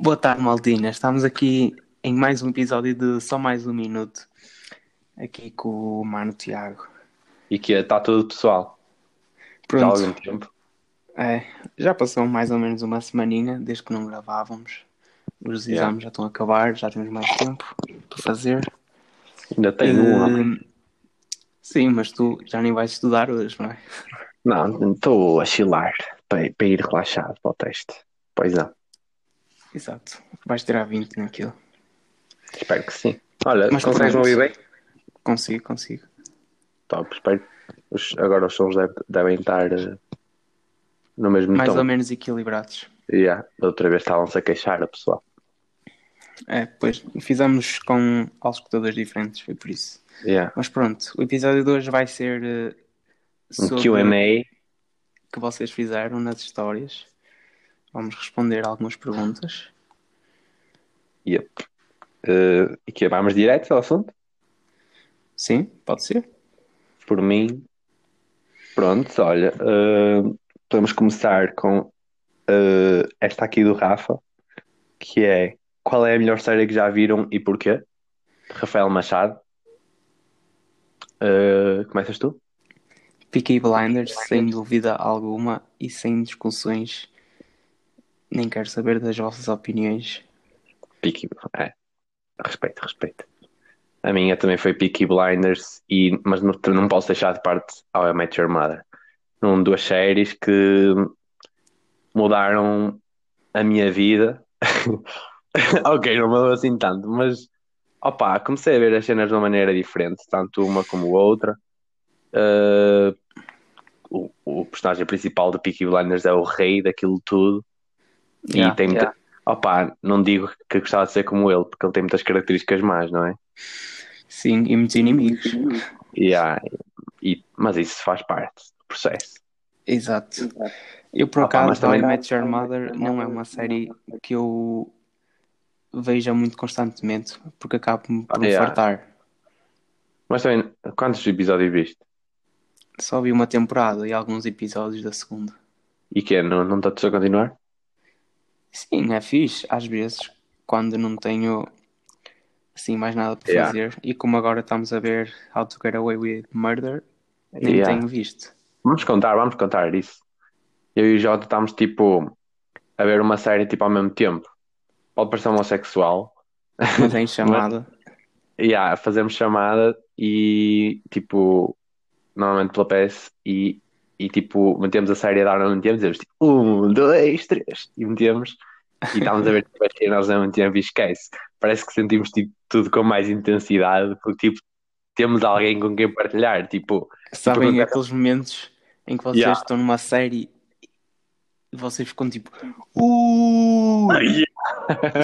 Boa tarde, Maltinha. Estamos aqui em mais um episódio de Só Mais Um Minuto. Aqui com o Mano Tiago. E que está tudo pessoal. Já há algum Pronto, tempo. é, já passou mais ou menos uma semaninha desde que não gravávamos. Os Yeah. exames já estão a acabar, já temos mais tempo para fazer. Ainda tenho um. rapaz. Eh, Sim, mas tu já nem vais estudar hoje, não é? Não, estou a chilar para, para ir relaxado para o teste. Pois não. Exato. Vais tirar 20 naquilo. Espero que sim. Olha, Mas consegues me pronto. ouvir bem? Consigo, consigo. Top, espero. Os- agora os sons deve- devem estar eh, no mesmo Mais tom. ou menos equilibrados. Yeah, da outra vez estavam-se a queixar, o pessoal. É, pois fizemos com auscultadores diferentes, foi por isso. Yeah. Mas pronto, o episódio de hoje vai ser eh, Um sobre o QA. que vocês fizeram nas histórias. Vamos responder algumas perguntas. Yep. Eh, e que vamos direto ao assunto? Sim, pode ser? Por mim, pronto, olha, eh, podemos começar com eh, esta aqui do Rafa, que é qual é a melhor série que já viram e porquê? Rafael Machado. Eh, começas tu? Peaky Blinders, sem dúvida alguma e sem discussões. Nem quero saber das vossas opiniões. Peaky, é. Respeito, respeito. A minha também foi Peaky Blinders, e, mas não, não posso deixar de parte How I Met Your Mother. São duas séries que mudaram a minha vida. ok, não mudou assim tanto, mas opá, comecei a ver as cenas de uma maneira diferente, tanto uma como outra. Eh, o, o personagem principal de Peaky Blinders é o rei daquilo tudo. E Yeah, tem muita- yeah. Opa, não digo que gostava de ser como ele, porque ele tem muitas características más, não é? Sim, e muitos inimigos. E há- e- mas isso faz parte do processo. Exato. Eu, por Ah, pá, mas acaso, How I também- Met Your Mother não é uma série que eu veja muito constantemente, porque acabo-me por me Yeah. fartar. Mas também, quantos episódios viste? Só vi uma temporada e alguns episódios da segunda. E que é, não, não está a continuar? Sim, é fixe, às vezes, quando não tenho assim mais nada para Yeah. fazer. E como agora estamos a ver How to Get Away with Murder, nem Yeah. tenho visto. Vamos contar, vamos contar isso. Eu e o Jota estamos tipo a ver uma série tipo ao mesmo tempo. Pode parecer homossexual, Mas em chamada. Yeah, fazemos chamada e tipo, normalmente pela PS e, e tipo, metemos a série a dar, não metemos, e dizemos tipo, um, dois, três, e metemos, e estamos a ver tipo, as cenas ao mesmo tempo e esquece. Parece que sentimos tipo, tudo com mais intensidade, porque tipo, temos alguém com quem partilhar, tipo, Sabem porque- aqueles momentos em que vocês Yeah. estão numa série e vocês ficam tipo. Uh!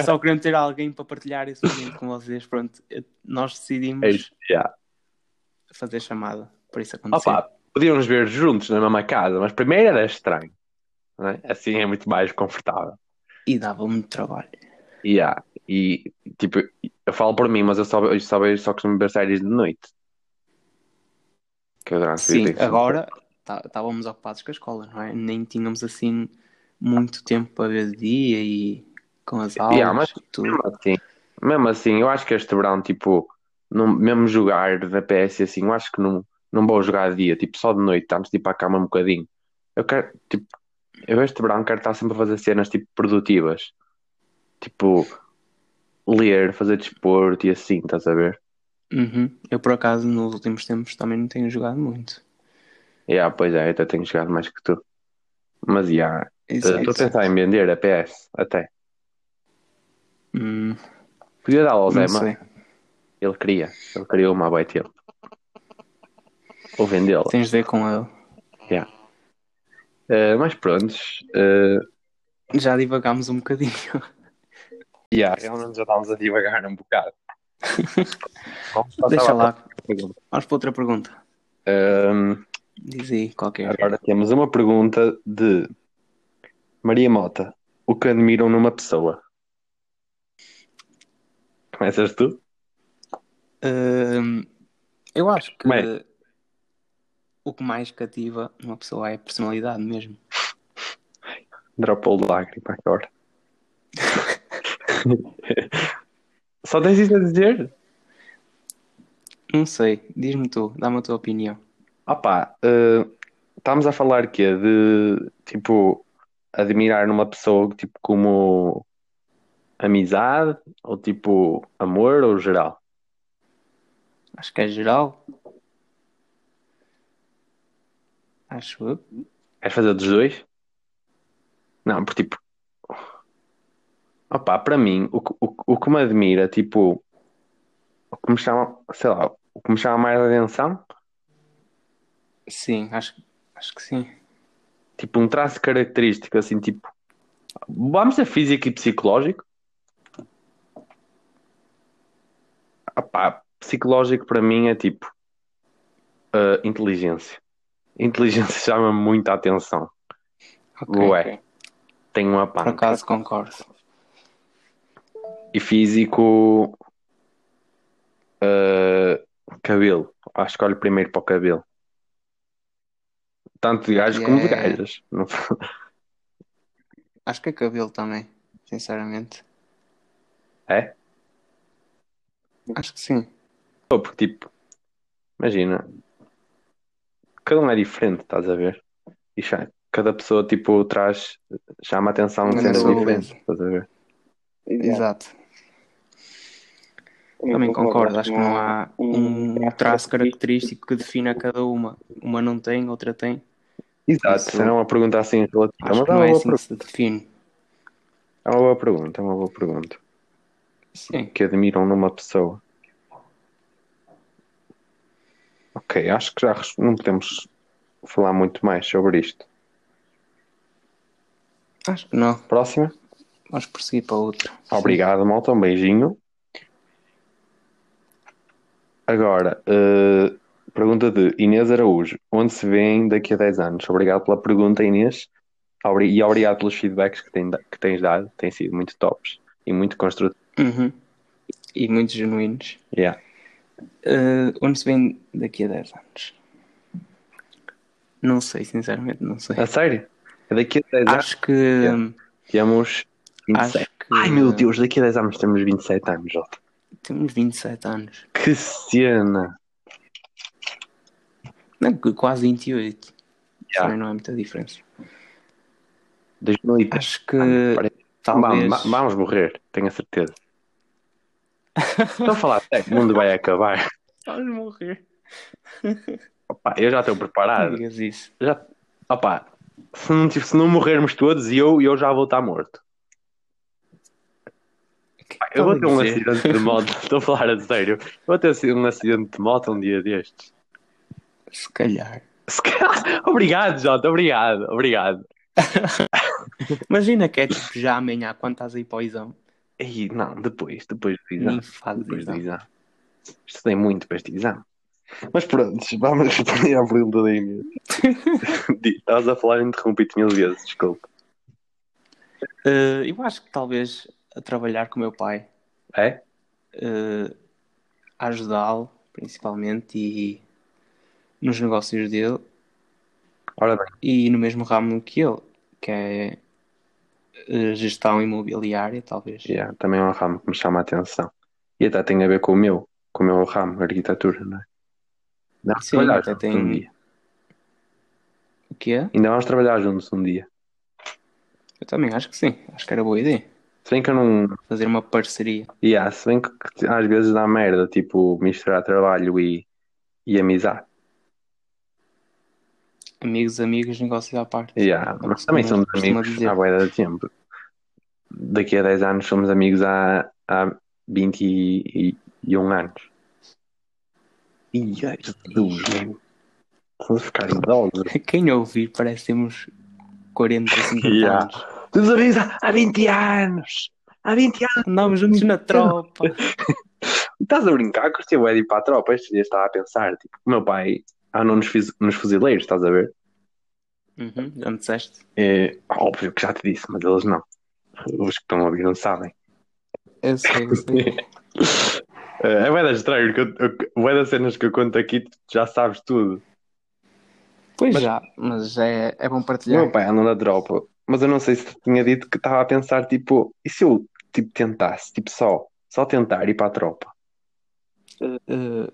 Só queriam ter alguém para partilhar esse momento com vocês. Pronto, eh, nós decidimos é isto, yeah. fazer chamada. Por isso aconteceu. Opa, podíamos ver juntos na mesma casa, mas primeiro era estranho, não é? Assim é muito mais confortável. E dava muito trabalho. Yeah. E tipo, eu falo por mim, mas eu só, eu só, vejo- só costumo ver séries de noite. Que eu durante o dia Sim, tenho que- um agora tá- estávamos ocupados com a escola, não é? Nem tínhamos assim muito tempo para ver de dia e com as aulas Yeah, mas- e tudo. Mesmo assim, mesmo assim, eu acho que este verão, tipo, não, mesmo jogar na PS assim, eu acho que não, não vou jogar de dia, tipo, só de noite, estamos tipo à cama um bocadinho. Eu quero, tipo, eu este verão quero estar sempre a fazer cenas tipo produtivas. Tipo, ler, fazer desporto e assim, estás a ver? Uhum. Eu por acaso nos últimos tempos também não tenho jogado muito. Yeah, pois é, eu até tenho jogado mais que tu. Mas yeah, Exato. Estou Eh, a pensar em vender a PS, até. Hum, Podia dar ao não Zé, é, mas sei. ele queria. Ele queria uma há tempo. Ou vendê-la. Tens de ver com ele. Eh, mas pronto. eh, Já divagámos um bocadinho. yeah, realmente já estávamos a divagar um bocado. Vamos passar Deixa à lá. próxima pergunta. Vamos para outra pergunta. Ehm, Diz aí qualquer. agora temos uma pergunta de Maria Mota. O que admiram numa pessoa? Começas tu? Hum, eu acho que Bem. o que mais cativa uma pessoa é a personalidade mesmo. Dropou lágrima agora. Só tens isso a dizer? Não sei, diz-me tu, dá-me a tua opinião. Opa, eh, estamos a falar quê? De, tipo, admirar numa pessoa, tipo, como amizade, ou tipo, amor, ou geral? Acho que é geral. Acho eu. Queres fazer dos dois? Não, porque tipo. Opá, para mim, o, que- o, que- o que me admira, tipo. O que me chama, sei lá, o que me chama mais a atenção, Sim, acho, acho que sim. tipo, um traço característico, assim, tipo. Vamos a físico e psicológico? Opá, Ah, psicológico para mim é tipo. ah, inteligência. Inteligência chama muita atenção. Ok, Ué, ok. Tenho uma Por panca. acaso concordo. E físico. eh, cabelo. Acho que olho primeiro para o cabelo. Tanto de gajos como de Yeah. gajas. Não- Acho que é cabelo também, sinceramente. É? Acho que sim. Pô, Porque, tipo, imagina. Cada um é diferente, estás a ver? E já- cada pessoa, tipo, traz. Chama a atenção de Não cenas sou diferentes, estás a ver? É. Exato. Também concordo, acho que não há um traço característico que defina cada uma. Uma não tem, outra tem. Exato. Isso- Será uma pergunta assim relativa. Acho Mas que é não uma é boa assim que se define. pergunta, é uma boa pergunta, é uma boa pergunta. Sim. que admiram numa pessoa. Ok, acho que já res- não podemos falar muito mais sobre isto. Acho que não. Próxima. Vamos prosseguir para outra. Obrigado, malta. Um beijinho. Agora, eh, pergunta de Inês Araújo. Onde se vêem daqui a 10 anos? Obrigado pela pergunta, Inês. Obri- E obrigado pelos feedbacks que, tem da- que tens dado. Têm sido muito tops e muito construtivos. Uhum. E muito genuínos. Yeah. Eh, onde se vem daqui a 10 anos? Não sei, sinceramente, não sei. A sério? Daqui a 10 anos Acho que. hum, Yeah. temos 27. Acho que. Ai meu Deus, daqui a 10 anos temos 27 anos, Jota. Temos 27 anos. Que cena! Não, que quase 28. Já. Também não é muita diferença. 2003. Acho Ah, que. Parece- Talvez. Vamos, vamos morrer, tenho a certeza. Estou a falar sério, o mundo vai acabar. Vamos morrer. Opa, eu já estou Não preparado. digas isso. Já... Opa, se não, tipo, se não morrermos todos, eu, eu já vou estar morto. Pá, Eu vou ter um Dizer. acidente de moto, estou a falar a sério. Eu Vou ter um acidente de moto um dia destes. Se calhar. Se calhar- Obrigado, Jota, obrigado, obrigado. Imagina que é tipo já amanhã, quando estás aí para o exame. E não, depois, depois do exame. Nem fazes Depois do exame. exame. Estudei muito para este exame. Mas pronto, vamos responder à pergunta da Inês. Di- Estavas a falar, interrompi-te mil vezes, desculpa. Eh, eu acho que talvez a trabalhar com o meu pai. É? eh, a ajudá-lo, principalmente, e nos negócios dele Ora bem, e no mesmo ramo que ele, que é eh, gestão imobiliária, talvez. yeah, também é um ramo que me chama a atenção. E até tem a ver com o meu, com o meu ramo, arquitetura, não é? Ainda vamos Sim, trabalhar até juntos tem- um dia. O que é? Ainda vamos trabalhar juntos um dia. Eu também acho que sim, acho que era boa ideia. Se bem que eu não. Fazer uma parceria. Yeah, se bem que que às vezes dá merda, tipo, misturar trabalho e, e amizade. Amigos, amigos, negócios à parte. Yeah, É o mas que também se somos costuma amigos tá dizer. há bué de tempo. Daqui a 10 anos somos amigos há, há 21 anos. E ai, Jesus, mano. Vamos ficar idosos. Quem ouvir parece que temos 40, 50 Yeah. anos. Temos amigos há, há 20 anos. Há 20 anos. Andámos juntos na tropa. Estás a brincar? Curti o Eddie para a tropa. Estes dias estava a pensar. Tipo, o meu pai andou nos, fiz, nos fuzileiros, estás a ver? Uhum, já me disseste? É óbvio que já te disse, mas eles não. Os que estão a ouvir não sabem. Eu sei, eu sei. É bué da estranho, porque eu- eu- bué das cenas que eu conto aqui, tu já sabes tudo. Pois Mas- já, mas é, é bom O partilhar. Meu pai anda na tropa, mas eu não sei se te tinha dito que estava a pensar, tipo, e se eu tipo, tentasse, tipo, só, só tentar ir para a tropa. Uh,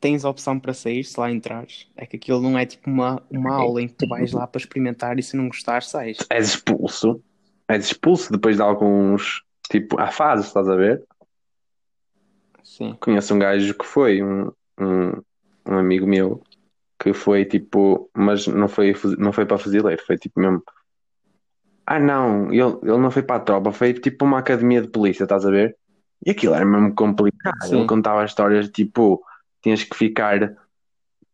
tens a opção para sair se lá entrares. É que aquilo não é tipo uma, uma aula em que tu vais lá para experimentar e se não gostar, sais. És expulso, és expulso depois de alguns, tipo, há fases, estás a ver? Sim. Conheço um gajo que foi, um, um, um amigo meu, que foi tipo, mas não foi, fuzi- não foi para fuzileiro, foi tipo mesmo. Ah, não, ele, ele não foi para a tropa, foi tipo uma academia de polícia, estás a ver? E aquilo era mesmo complicado. Sim. Ele contava histórias tipo, tinhas que ficar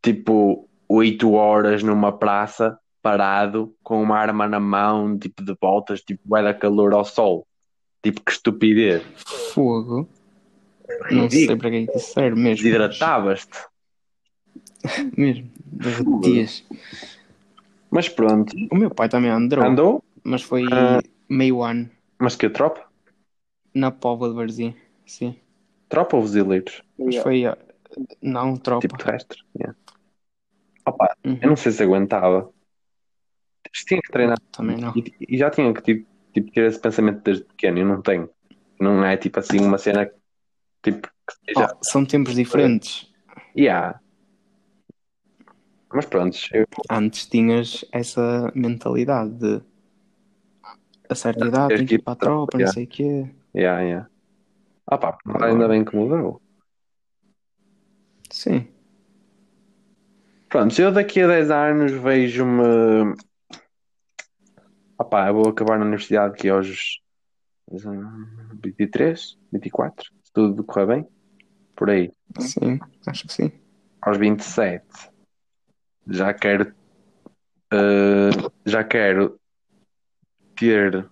tipo 8 horas numa praça, parado, com uma arma na mão, tipo de voltas, tipo, era calor ao sol. Tipo, que estupidez. Fogo. Não sei para que é que isso serve mesmo. Desidratavas-te. Mesmo. Derretias. Mas pronto, O meu pai também andou, andou, mas foi Ah. meio ano mas que tropa? na Póvoa de Varzim. Sim. Tropa ou fuzileiros? Mas foi. ah, Não, tropa. Tipo terrestre. yeah. Opa, Uhum. eu não sei se aguentava. Tinha que treinar Também não. e, e já tinha que tipo, tipo, ter esse pensamento desde pequeno. Eu não tenho. Não é tipo assim uma cena tipo que seja. Oh, são tempos diferentes. Yeah. Mas pronto, eu, Antes tinhas essa mentalidade de a certa idade tem tens que que ir ir para a para a tropa, não tropa, sei o quê. yeah, yeah. Opa, ainda bem que mudou. Sim. Pronto, eu daqui a 10 anos vejo-me. Opá, eu vou acabar na universidade aqui aos 23, 24, se tudo correr bem. Por aí. Sim, acho que sim. Aos 27. Já quero. eh, já quero ter.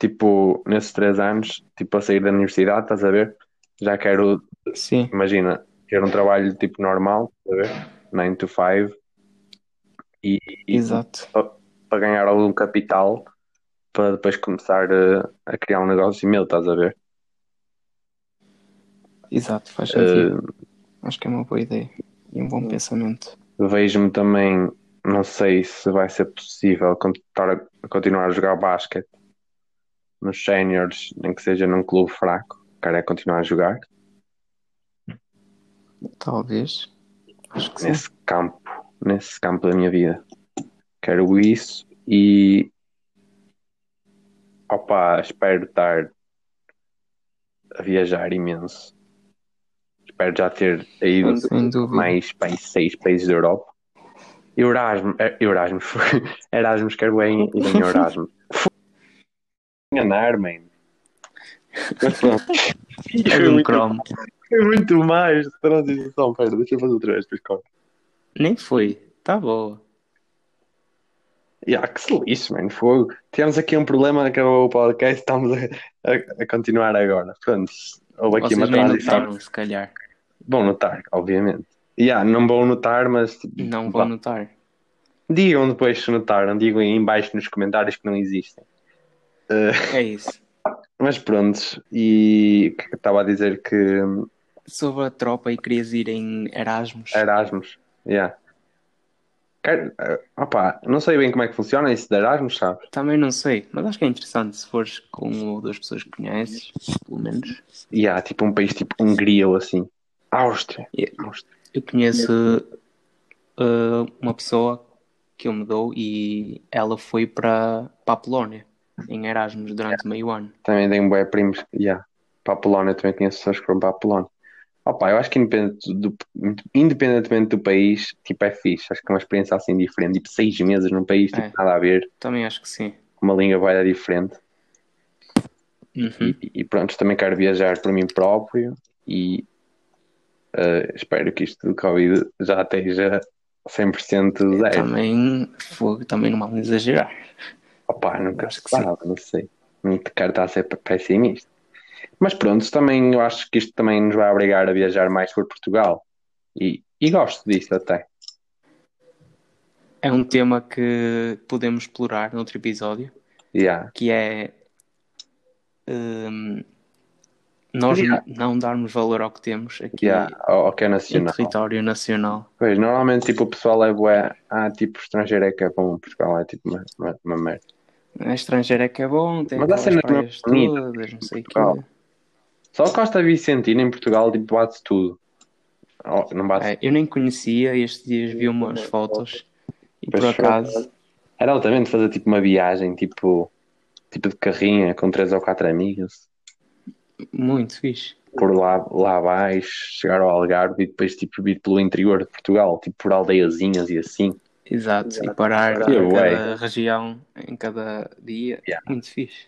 Tipo, nesses 3 anos, tipo, a sair da universidade, estás a ver? Já quero Sim. imagina, ter um trabalho tipo normal, estás a ver? 9 to 5 e, e Exato. para ganhar algum capital para depois começar eh, a, criar um negócio meu, estás a ver? Exato, faz Eh, sentido. Acho que é uma boa ideia e um bom pensamento. Eh, Vejo-me também, não sei se vai ser possível continuar a, continuar a jogar basquete nos séniores, nem que seja num clube fraco, quero é continuar a jogar Talvez. Acho que sim. nesse campo, nesse campo da minha vida. Quero isso e opa, espero estar a viajar imenso. Espero já ter ido Sem dúvida. mais para aí seis países da Europa. Eurasmo, eh, Eurasmus, Erasmus, quero bem ir em Erasmus. Enganar, man. Mas pronto. Era um Chrome. Foi muito mais transição. Pera, deixa eu fazer outra vez, depois corto. Nem foi. Tá boa. Yeah, que se lixe, mano, fogo. Tivemos aqui um problema, acabou o podcast, estamos a, a- a continuar agora. Pronto, houve aqui uma Vocês nem transição. notaram, se calhar. Vão notar, obviamente. Yeah, não vão notar, mas tipo, Não pá, vão notar. digam depois se notaram, digam aí em baixo nos comentários que não existem. É isso. Mas pronto, e o que é que eu estava a dizer que hum, Sobre a tropa e querias ir em Erasmus. É. Erasmus, yeah. Quero- eh, opá, não sei bem como é que funciona isso de Erasmus, sabes? Também não sei, mas acho que é interessante se fores com uma ou duas pessoas que conheces, pelo menos. Yeah, tipo um país tipo Hungria ou assim. Áustria. Yeah. Áustria. Eu conheço uh, uma pessoa que eu me dou e ela foi para para a Polónia em Erasmus durante meio ano. Também tenho bué primos, yeah. Para a Polónia, também conheço pessoas que foram para a Polónia. Opa, eu acho que independente do, independentemente do país, tipo, é fixe. Acho que é uma experiência assim diferente. Tipo, seis meses num país, tipo, É. nada a ver. Também acho que sim. Uma língua vai dar diferente. Uhum. E, e pronto, também quero viajar por mim próprio. E eh, espero que isto do Covid já esteja 100% zero. Também fogo, também não vale exagerar. Opa, nunca Acho se que sim. sabe, não sei. Não te quero estar a ser pessimista. Mas pronto, também eu acho que isto também nos vai obrigar a viajar mais por Portugal. E, e gosto disso até. É um tema que podemos explorar noutro episódio, Yeah. que é hum, nós Yeah. não darmos valor ao que temos aqui Yeah. Ao, ao que é no nacional. território nacional. Pois, normalmente tipo, o pessoal é bué. Ah, tipo, estrangeiro é que é bom. Portugal é tipo uma, uma, uma merda. A estrangeira é que é bom, tem Mas há aquelas praias cenas não bonitas todas, não sei o quê. Portugal. Só Costa Vicentina em Portugal tipo, bate tudo. Oh, não bate. É, eu nem conhecia, estes dias vi umas fotos e Pois por foi. acaso. Era altamente fazer tipo uma viagem, tipo, tipo de carrinha com três ou quatro amigos, Muito fixe. por lá, lá abaixo, chegar ao Algarve e depois tipo vir pelo interior de Portugal, tipo por aldeiazinhas e assim. Exato, e parar Que em bué. cada região, em cada dia. Yeah. Muito fixe.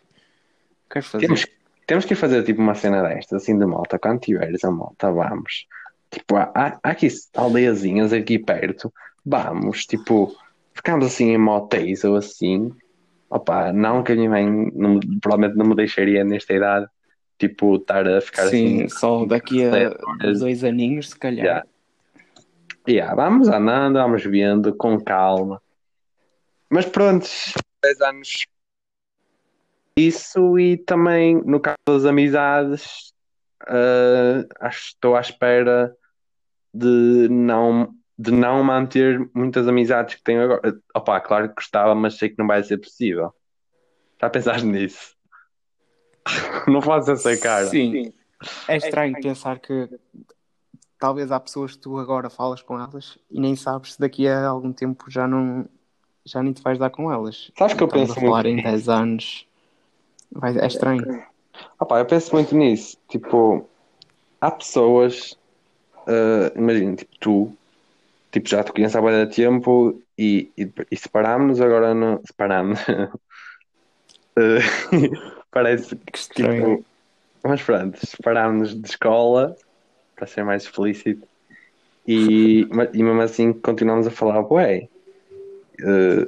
Quero fazer. Temos, temos que fazer tipo uma cena destas, assim de malta, quando tiveres a malta, vamos. Tipo, há, há há aqui aldeiazinhas aqui perto, vamos, tipo, ficamos assim em motéis ou assim. Opa, não que a minha mãe não- provavelmente não me deixaria nesta idade, tipo, estar a ficar assim. Sim, só daqui a sete horas. dois aninhos, se calhar. é? Yeah. Yeah, vamos andando, vamos vendo, com calma. Mas pronto, 10 anos. Isso e também, no caso das amizades, ah, acho que estou à espera de não, de não manter muitas amizades que tenho agora. Opa, claro que gostava, mas sei que não vai ser possível. Já pensaste nisso? Não faço essa cara. Sim. É estranho pensar que talvez há pessoas que tu agora falas com elas e nem sabes se daqui a algum tempo já não já nem te vais dar com elas. Sabes que eu Estamos penso a falar em 10 anos. Vai- é estranho. Opa, eu penso muito nisso. Tipo, há pessoas, ah, imagina, tipo, tu, tipo, já te conheço há bastante tempo e, e, e separámos-nos, agora não. Separámos. Ah, parece que, Que estranho. tipo, mas pronto, separámos-nos de escola, para ser mais explícito, e, ma- e mesmo assim continuamos a falar, ué. ah,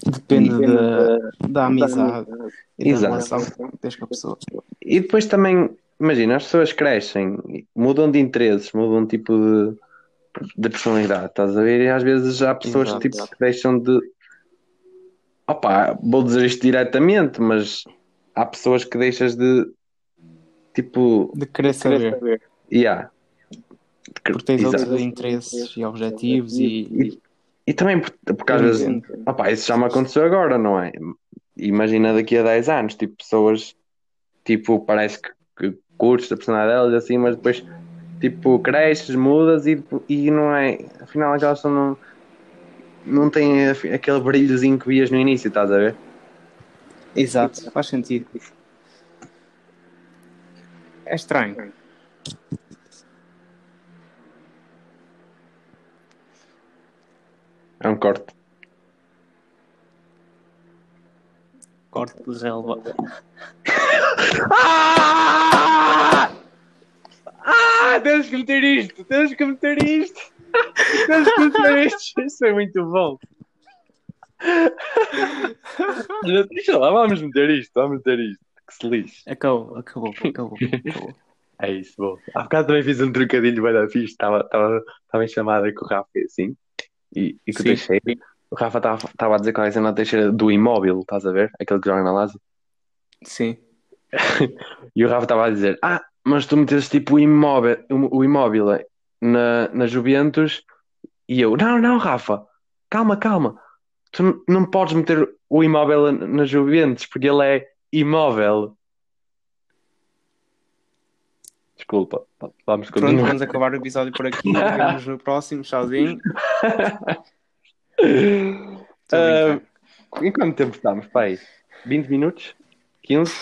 Tipo, Depende, da, da amizade e da Exato. relação que tens com a pessoa. E depois também, imagina, as pessoas crescem, mudam de interesses, mudam tipo de, de personalidade, estás a ver? E às vezes há pessoas que, tipo, Exato. que deixam de. Opa, vou dizer isto diretamente, mas há pessoas que deixas de. Tipo, De querer saber. yeah. Porque tens Exato. outros interesses e objetivos e. E, e também por- porque às vezes Opa, isso já me aconteceu agora, não é? Imagina daqui a 10 anos, tipo, pessoas, tipo, parece que, que curtes a personalidade delas e assim, mas depois, tipo, cresces, mudas e, e não é. Afinal, aquelas só não. Não têm af- aquele brilhozinho que vias no início, estás a ver? Exato, faz sentido. É estranho. É um corte. Corte de relva. Ah! Ah! Temos que meter isto! Temos que meter isto! Temos que meter isto! Isso é muito bom! Deixa lá, vamos meter isto, vamos meter isto. Que se lixe. Acabou, acabou, acabou. acabou. É isso, bom. Há bocado também fiz um trocadilho bem da fixe, estava, estava, estava em chamada com o Rafa e assim, e, e com o Sim. Teixeira. O Rafa estava, estava a dizer qual é a cena do Teixeira do imóvel, estás a ver? Aquele que joga na Lazio. Sim. E o Rafa estava a dizer: Ah, mas tu meteste tipo o imóvel, o, o imóvel eh, na, na Juventus. E eu: Não, não, Rafa, calma, calma. Tu n- não podes meter o imóvel na- na Juventus porque ele é imóvel. Desculpa, vamos Pronto, continuar. vamos acabar o episódio por aqui. Vemos no próximo. Tchauzinho. Tô a Ah, em quanto tempo estamos, pai? 20 minutos? 15?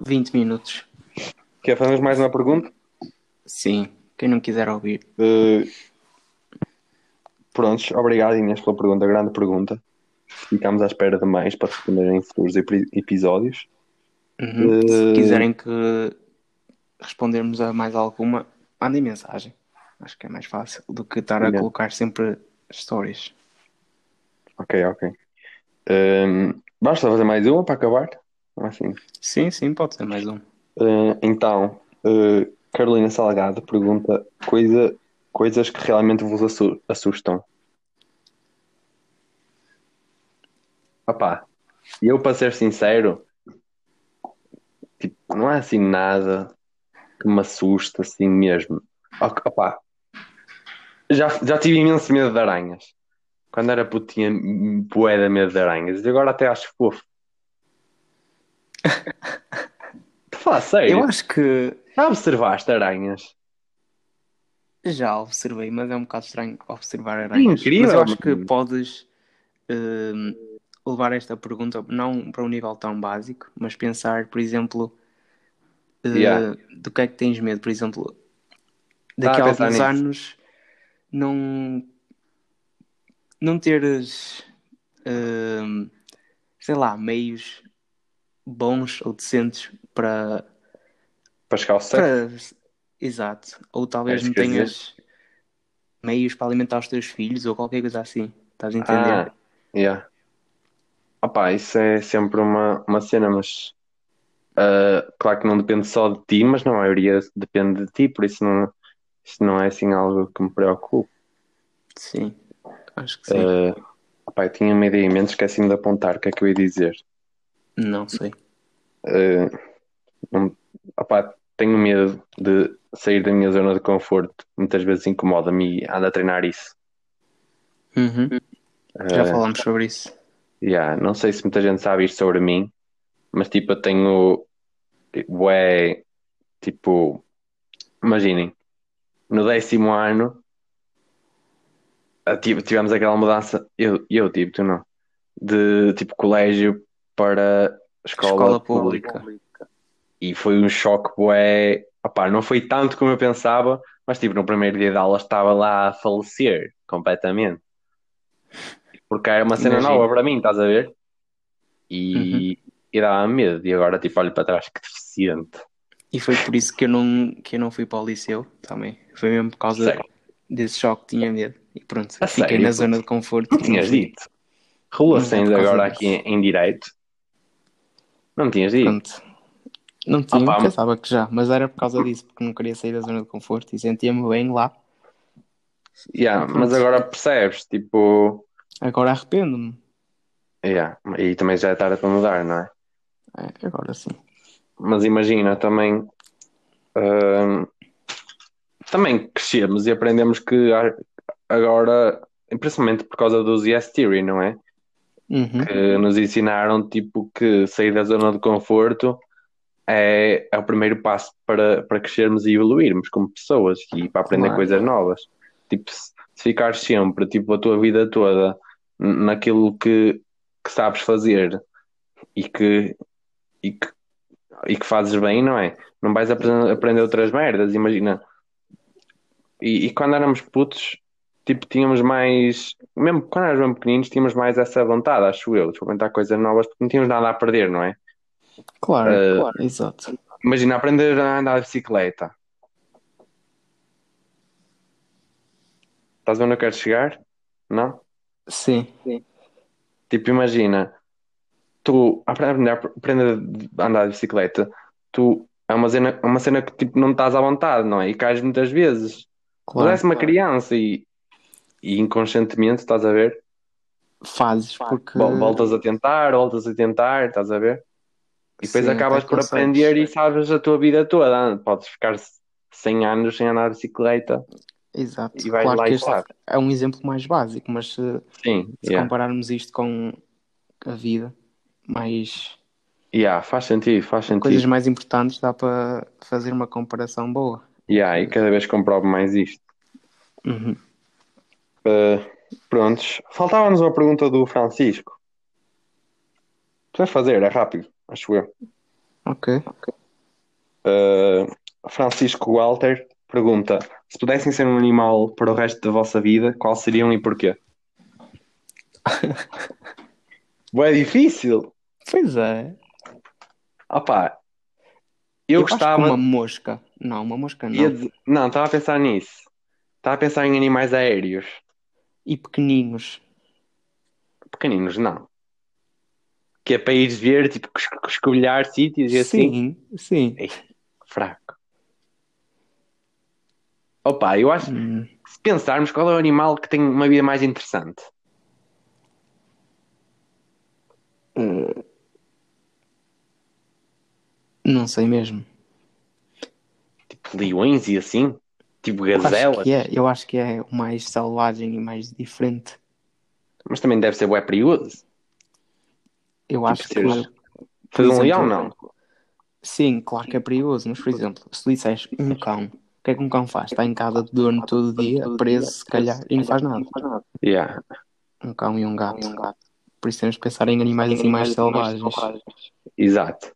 brincar. 20 minutos. Quer fazermos mais uma pergunta? Sim. Quem não quiser ouvir. Uh, prontos, obrigado Inês pela pergunta, grande pergunta. Ficamos à espera de mais para responder em futuros epi- episódios. Uhum. Eh, Se quiserem que respondermos a mais alguma, mandem mensagem. Acho que é mais fácil do que estar a Yeah. colocar sempre stories. Ok, ok. Um, basta fazer mais uma para acabar? Assim. Sim, sim, pode ser mais um. Uh, então, uh, Carolina Salgado pergunta coisa, coisas que realmente vos assu- assustam. Opá, eu para ser sincero, tipo, não há assim nada que me assusta assim mesmo. Opá, já, já tive imenso medo de aranhas. Quando era puto tinha bué de medo de aranhas e agora até acho fofo. Estou a falar sério. Eu acho que Já observaste aranhas? já observei, mas é um bocado estranho observar aranhas. É incrível, mas eu acho que mano. podes hum, levar esta pergunta não para um nível tão básico, mas pensar, por exemplo, eh, Yeah. do que é que tens medo, por exemplo, Estava daqui a a pensar alguns nisso. anos não não teres hum, sei lá, meios bons ou decentes para Pascal Sérgio? para- Exato. Ou talvez Era não isso que eu ia tenhas meios para alimentar os teus filhos ou qualquer coisa assim. Estás a entender? Ah, É. yeah. Opá, isso é sempre uma, uma cena, mas ah, claro que não depende só de ti, mas na maioria depende de ti, por isso não, isso não é assim algo que me preocupe. Sim. Acho que sim. Ah, opá, eu tinha uma ideia em mente, esqueci-me de apontar o que é que eu ia dizer. É. Não sei. Uh, não- opá, tenho medo de sair da minha zona de conforto. Muitas vezes incomoda-me e ando a treinar isso. Uhum. Já Uh, falámos sobre isso. yeah, não sei se muita gente sabe isto sobre mim, mas tipo, eu tenho. Ué, tipo, imaginem, no décimo ano ah, tipo, tivemos aquela mudança, eu, eu tipo, tu não, de tipo colégio para escola, Escola pública. pública. E foi um choque, bué. Opá, não foi tanto como eu pensava, mas tipo, no primeiro dia de aula estava lá a falecer completamente. Porque era uma cena Imagino. Uhum. nova para mim, estás a ver? E, e dava medo. E agora tipo, olho para trás, que deficiente. E foi por isso que eu não, que eu não fui para o liceu também. Foi mesmo por causa Sério? desse choque que tinha medo. E pronto, A fiquei sério? na zona de conforto. Não tinhas Fui. dito. Rolou-se Não, é por ainda causa agora disso. aqui em, em direito. Não tinhas dito. Pronto. Não tinha, Opa, mas- pensava que já, mas era por causa disso, porque não queria sair da zona de conforto e sentia-me bem lá. Yeah, mas agora percebes, tipo. Agora arrependo-me. Yeah, e também já é tarde para mudar, não é? É, agora sim. Mas imagina também, hum, também crescemos e aprendemos que a- agora, principalmente por causa dos Yes Theory, não é? Uhum. Que nos ensinaram tipo que sair da zona de conforto é, é o primeiro passo para, para crescermos e evoluirmos como pessoas e para aprender Claro. coisas novas. Tipo, se, se ficares sempre tipo a tua vida toda n- naquilo que, que sabes fazer e que, e que e que fazes bem, não é? Não vais apre- aprender outras merdas, imagina. E, e quando éramos putos, tipo, tínhamos mais. Mesmo quando éramos bem pequeninos, tínhamos mais essa vontade, acho eu, de experimentar coisas novas, porque não tínhamos nada a perder, não é? Claro, Eh, claro, exato. Imagina, aprender a andar de bicicleta. Estás onde eu quero chegar? Não? Sim, Tipo, imagina, tu aprender, aprender a andar de bicicleta, tu é uma cena, é uma cena que tipo, não estás à vontade, não é? E cais muitas vezes. Tu claro. és uma criança e, e inconscientemente, estás a ver? Fazes porque. Vol- Voltas a tentar, voltas a tentar, estás a ver? E depois Sim, acabas até por consegues. aprender e sabes a tua vida toda. Podes ficar 100 anos sem andar de bicicleta Exato. e vais claro lá que e este sabes. é um exemplo mais básico, mas se, Sim, se yeah. compararmos isto com a vida, mais Yeah, faz sentido, faz coisas sentido. mais importantes, dá para fazer uma comparação boa. Yeah, e cada vez comprovo mais isto. Uhum. Uh, prontos. Faltava-nos uma pergunta do Francisco. Precisa fazer, é rápido, acho eu. Ok. Uh, Francisco Walter pergunta: se pudessem ser um animal para o resto da vossa vida, qual seriam e porquê? Ué, é difícil. Pois é. Opá, eu, acho que gostava. Uma mosca. Não, uma mosca não. ia dizer- Não, estava a pensar nisso. Estava a pensar em animais aéreos. E pequeninos. Pequeninos, não. Que é para ires ver, tipo, cus- cusculhar sítios e assim. Sim, sim. Fraco. Opa, eu acho que Hum, se pensarmos qual é o animal que tem uma vida mais interessante. não sei mesmo. Tipo leões e assim. Tipo Eu acho é. gazelas. que é, eu acho que é o mais selvagem e mais diferente. Mas também deve ser bué perigoso. Eu acho que. Tipo seres- por Fazer um exemplo, leão, não. Sim, claro que é perigoso, mas por exemplo, se tu disseres um cão, o que é que um cão faz? Está em casa de dono todo dia, preso, se calhar, e não faz nada. Yeah. Um cão e um gato. Por isso temos de pensar em animais assim mais selvagens. Exato.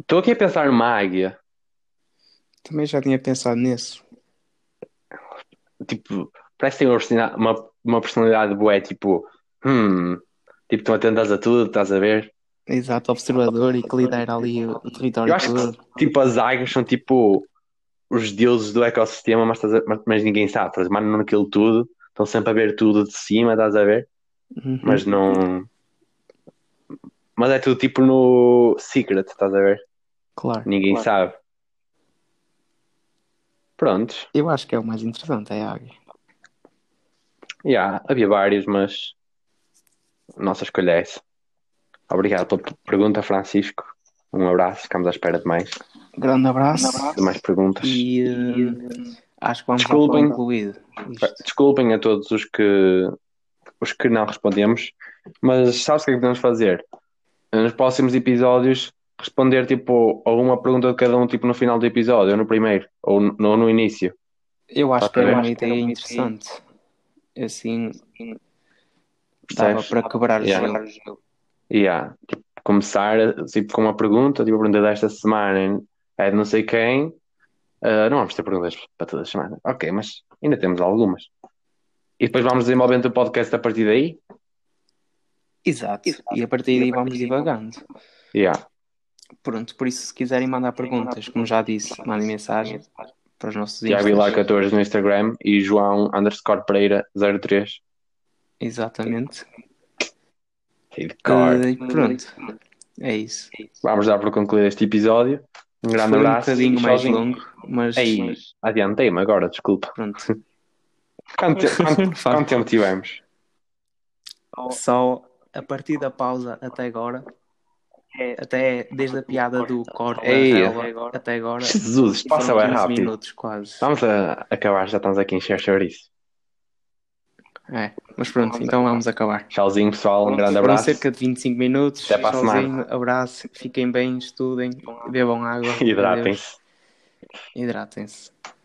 Estou aqui a pensar numa águia. Também já tinha pensado nisso. tipo Tipo, parece que tem uma persona- uma, uma personalidade bué, tipo, hum, tipo, estão atentas a tudo, estás a ver? Exato, observador e que lidera ali o território Eu acho que- todo. Tipo, as águias são tipo os deuses do ecossistema, mas, estás a- mas, mas ninguém sabe, estás mandando aquilo tudo, estão sempre a ver tudo de cima, estás a ver? Uhum. Mas não. Mas é tudo tipo no secret, estás a ver? Claro. Ninguém Claro. sabe. Prontos. Eu acho que é o mais interessante, é a águia. Já, havia vários, mas a nossa escolha é essa. Obrigado pela p- pergunta, Francisco. Um abraço, ficamos à espera de mais, Grande abraço. de mais perguntas. E, eh, acho que vamos Desculpem. ao incluído. Isto. Desculpem a todos os que os que não respondemos, mas sabes o que é que podemos fazer? Nos próximos episódios responder tipo alguma pergunta de cada um tipo no final do episódio, ou no primeiro, ou no, ou no início. Eu acho que Ok. era Eu uma acho ideia interessante. Assim, dava Percebes? para quebrar o Yeah. gelo. Yeah. Tipo, começar tipo, com uma pergunta, tipo a pergunta desta semana é de não sei quem. Ah, não vamos ter perguntas para toda a semana. Ok, mas ainda temos algumas. E depois vamos desenvolvendo o podcast a partir daí. Exato. E a partir daí vamos divagando. Yeah. Pronto, por isso, se quiserem mandar perguntas, como já disse, mandem mensagem para os nossos Tiago Vilar instas. 14 no Instagram e João underscore Pereira 03. Exatamente. E de cor. Eh, E pronto. É isso. Vamos dar por concluído este episódio. Um grande Foi um abraço. bocadinho mais Sozinho. É longo, mas Ei, adiantei-me agora, desculpa. pronto. Quanto, te- quanto- Não faz quanto tempo tivemos? mal. Só a partir da pausa até agora, É. até desde a piada do Corda Ei. Rela até agora, Jesus, É passa foram bem 15 rápido. minutos quase. Vamos a acabar, já estamos aqui a encher chouriço. É, mas pronto, então vamos acabar. Tchauzinho, pessoal. Um grande Foram abraço. cerca de 25 minutos. Até para a Tchauzinho, abraço, fiquem bem, estudem, bebam água. Hidratem-se. Adeus. Hidratem-se.